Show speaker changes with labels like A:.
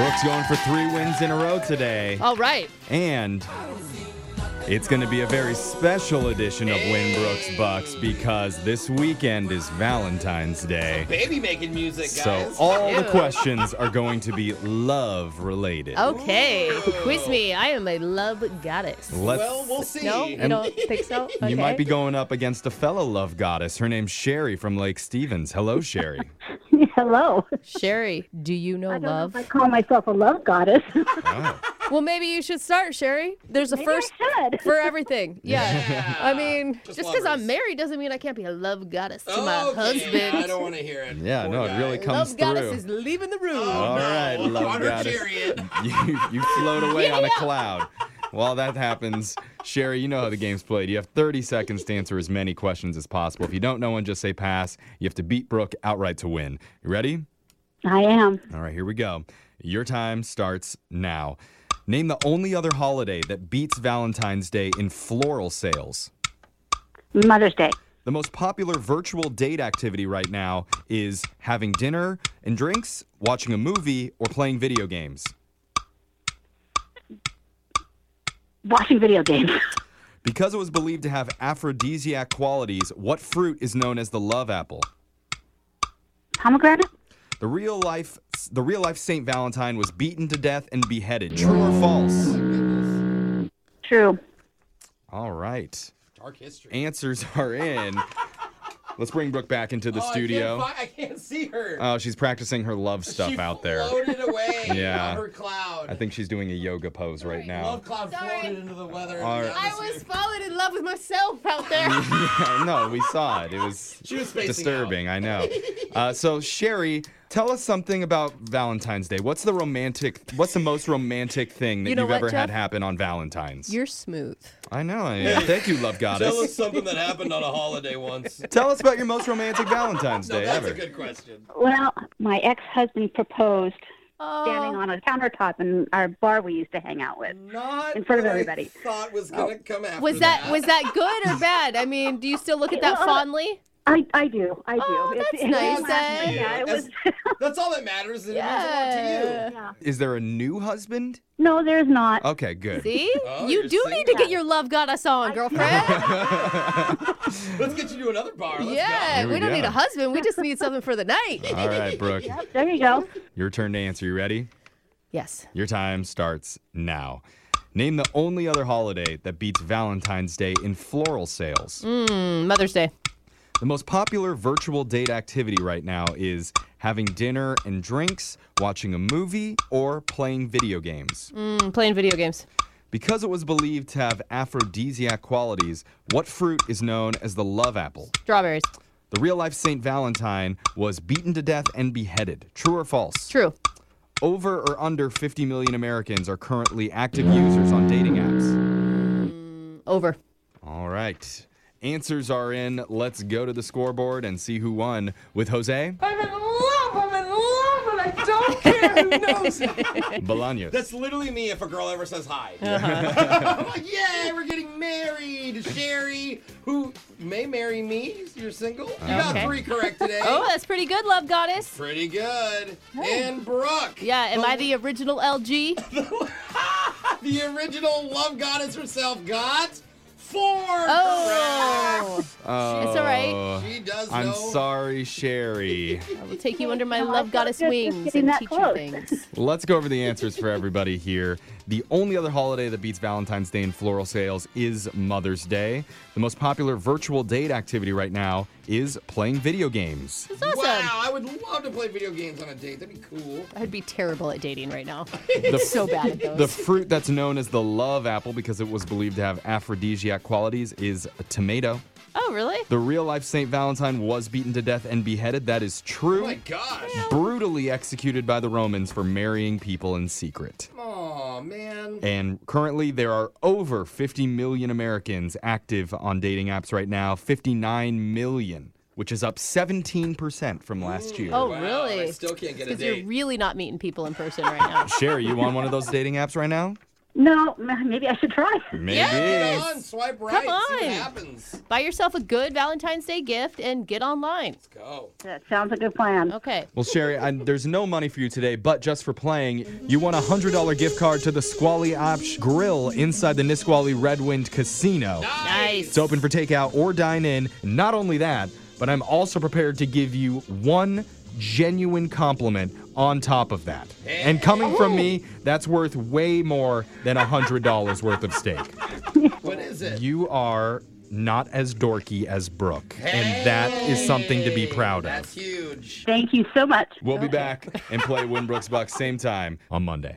A: It's going for three wins in a row today.
B: All right.
A: And it's going to be a very special edition of Winbrook's Bucks because this weekend is Valentine's Day.
C: Baby making music,
A: So
C: guys.
A: all the
B: Ew.
A: questions are going to be love related.
B: Okay. Quiz me. I am a love goddess.
A: Let's
C: well, we'll see.
B: No, you
A: And-
B: don't think so? Okay.
A: You might be going up against a fellow love goddess. Her name's Sherry from Lake Stevens. Hello, Sherry.
D: Hello.
B: Sherry, do you know
D: I don't
B: love?
D: know if I call myself a love goddess.
A: Oh.
B: Well, maybe you should start, Sherry. There's a
D: Maybe
B: first
D: I should.
B: for everything. Yeah. I mean,
C: Just
B: just because
C: lovers.
B: I'm married doesn't mean I can't be a love goddess to
C: Okay,
B: my
C: I
B: husband.
C: don't want to hear it.
A: Yeah,
C: Poor
A: no, it
C: guy.
A: really comes
B: Love
A: through.
B: goddess is leaving the room.
C: Oh.
A: All right, love
C: Water
A: goddess.
C: Tyrion.
A: you, you float away on a cloud. While that happens, Sherry, you know how the game's played. You have 30 seconds to answer as many questions as possible. If you don't know one, just say pass. You have to beat Brooke outright to win. You ready?
D: I am.
A: All right, here we go. Your time starts now. Name the only other holiday that beats Valentine's Day in floral sales.
D: Mother's Day.
A: The most popular virtual date activity right now is having dinner and drinks, watching a movie, or playing video games.
D: Watching video games.
A: Because it was believed to have aphrodisiac qualities, what fruit is known as the love apple?
D: Pomegranate.
A: The real life the real life Saint Valentine was beaten to death and beheaded. True or false?
D: True.
A: All right.
C: Dark history.
A: Answers are in. Let's bring Brooke back into the
C: Oh, I can't
A: studio.
C: fi- I can't, see her.
A: Oh, she's practicing her love stuff
C: she
A: out there.
C: floated away
A: Yeah.
C: on her cloud.
A: I think she's doing a yoga pose right now.
C: Love cloud
B: Sorry.
C: floated into the weather.
A: All right.
B: I was falling in love with myself out there.
A: Yeah, no, we saw it. It was
C: She was spacing
A: disturbing. I know. Uh, so Sherry, tell us something about Valentine's Day. What's the romantic? What's the most romantic thing that
B: You
A: you
B: know
A: have
B: what,
A: ever had
B: Jeff?
A: happen on Valentine's?
B: You're smooth.
A: I know. I Thank you, love
C: Tell us
A: goddess.
C: something that happened on a holiday once.
A: tell us about your most romantic Valentine's
C: No,
A: Day
C: that's
A: ever.
C: a good question.
D: Well, my ex-husband proposed standing
B: Oh,
D: on a countertop in our bar we used to hang out with.
C: Not
D: In front of
C: what I
D: everybody.
C: thought was gonna come after
B: Oh. was that was that good or bad? I mean, do you still look at that fondly?
D: I, I do. I do.
B: Oh, that's nice, eh?
D: Yeah, it was.
C: That's all that matters. That It means a lot to you.
B: Yeah.
A: Is there a new husband?
D: No, there's not.
A: Okay, good.
B: See,
C: Oh,
B: you
C: you're
B: do
C: single.
B: need to get your love goddess on, girlfriend.
C: Let's get you to another bar. Let's
B: yeah,
A: Here
B: we
A: we
B: don't
A: go.
B: need a husband. We just need something for the night.
A: All right, Brooke.
D: There you go.
A: Your turn to answer. You ready?
B: Yes.
A: Your time starts now. Name the only other holiday that beats Valentine's Day in floral sales.
B: Mm, Mother's Day.
A: The most popular virtual date activity right now is having dinner and drinks, watching a movie, or playing video games.
B: Mm, playing video games.
A: Because it was believed to have aphrodisiac qualities, what fruit is known as the love apple?
B: Strawberries.
A: The real life St. Valentine was beaten to death and beheaded. True or false?
B: True.
A: Over or under 50 million Americans are currently active users on dating apps.
B: Over.
A: All right. Answers are in. Let's go to the scoreboard and see who won with Jose
E: I'm in love. I'm in love, and I don't care who knows. it.
A: Bolaños.
C: That's literally me if a girl ever says hi.
B: Uh-huh.
C: I'm like, yeah, we're getting married. Sherry, who may marry me. You're single. You got
B: Okay.
C: three correct today.
B: Oh, that's pretty good, love goddess.
C: Pretty good. And Brooke.
B: Yeah, am I the original LG?
C: The original love goddess herself got four
B: Oh,
A: Oh,
B: It's all right.
C: correct. She does
A: I'm
C: know.
A: sorry, Sherry.
B: I will take you under my
D: No, I
B: love
D: felt
B: goddess
D: just- just
B: wings
D: getting
B: and
D: that
B: teach you
D: close.
B: things.
A: Let's go over the answers for everybody here. The only other holiday that beats Valentine's Day in floral sales is Mother's Day. The most popular virtual date activity right now is playing video games.
B: It's awesome.
C: Wow, I would love to play video games on a date. That'd be cool.
B: I'd be terrible at dating right now.
A: The,
B: so bad at those.
A: the fruit that's known as the love apple because it was believed to have aphrodisiac qualities is a tomato.
B: oh, really?
A: The real life St. Valentine was beaten to death and beheaded. That is
C: Oh my
A: true.
C: gosh.
A: Brutally executed by the Romans for marrying people in secret.
C: Oh man.
A: And currently, there are over 50 million Americans active on dating apps right now, 59 million, which is up 17% from last year.
B: Oh,
C: Wow,
B: really?
C: I still can't get a
B: Because you're
C: date.
B: really not meeting people in person right now.
A: Sherry, you on one of those dating apps right now?
D: No, m- maybe I should try.
A: Maybe.
C: Get on, swipe right, see what
F: on.
C: happens. Let's
F: Buy yourself a good Valentine's Day gift and get online.
C: go.
D: That sounds like a plan.
F: Okay.
A: Well, Sherry, I, there's no money for you today, but just for playing, you won a $100 gift card to the Squally Opsh Grill inside the Nisqually Red Wind Casino.
F: Nice.
A: It's open for takeout or dine in. Not only that, but I'm also prepared to give you one genuine compliment on top of that. And coming from me, that's worth way more than $100 worth of steak.
C: What is it?
A: You are not as dorky as Brooke, and that is something to be proud of.
C: That's huge.
D: Thank you so much.
A: We'll be back and play Winbrooks Bucks same time on Monday.